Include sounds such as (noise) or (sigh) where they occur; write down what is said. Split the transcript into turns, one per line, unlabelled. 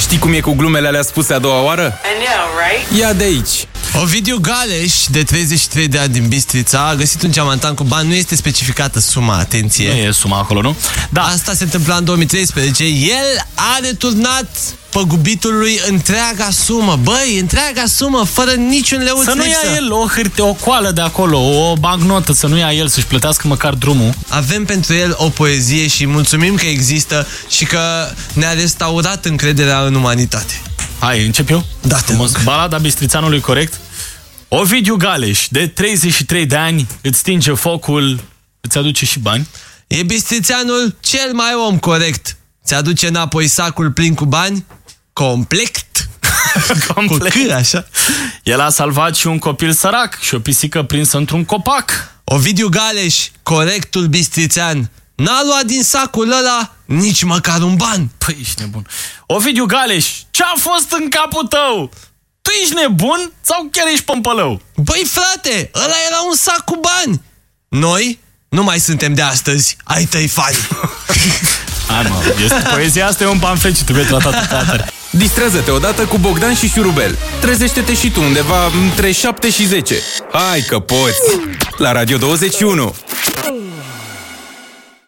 Știi cum e cu glumele alea spuse a doua oară?
I know, right?
Ia de aici!
Ovidiu Galeș, de 33 de ani din Bistrița, a găsit un geamantan cu bani. Nu este specificată suma, atenție.
Nu e suma acolo, nu?
Da. Asta se întâmpla în 2013. El a returnat păgubitului întreaga sumă. Băi, întreaga sumă, fără niciun leu
Să nu
lipsă.
ia el o hârtie, o coală de acolo, o bagnotă, să nu ia el să-și plătească măcar drumul.
Avem pentru el o poezie și mulțumim că există și că ne-a restaurat încrederea în umanitate.
Hai, încep eu?
Da, te
Frumos.
rog.
Balada Bistrițanului corect. Ovidiu Galeș, de 33 de ani, îți stinge focul, îți aduce și
(laughs)
bani.
E bistrițeanul cel mai om corect. Ți-aduce înapoi sacul plin cu bani? Complect! Cu
Complet.
câ, așa?
El a salvat și un copil sărac și o pisică prinsă într-un copac.
Ovidiu Galeș, corectul bistrițean, n-a luat din sacul ăla nici măcar un ban.
Păi, ești nebun. Ovidiu Galeș, ce-a fost în capul tău? Tu ești nebun sau chiar ești pompălău?
Băi frate, ăla era un sac cu bani. Noi nu mai suntem de astăzi, ai tăi fani.
Hai mă, este, poezia asta e un pamflet și trebuie tratat ca atare.
Distrează-te odată cu Bogdan și Șurubel. Trezește-te și tu undeva între 7 și 10. Hai că poți! La Radio 21!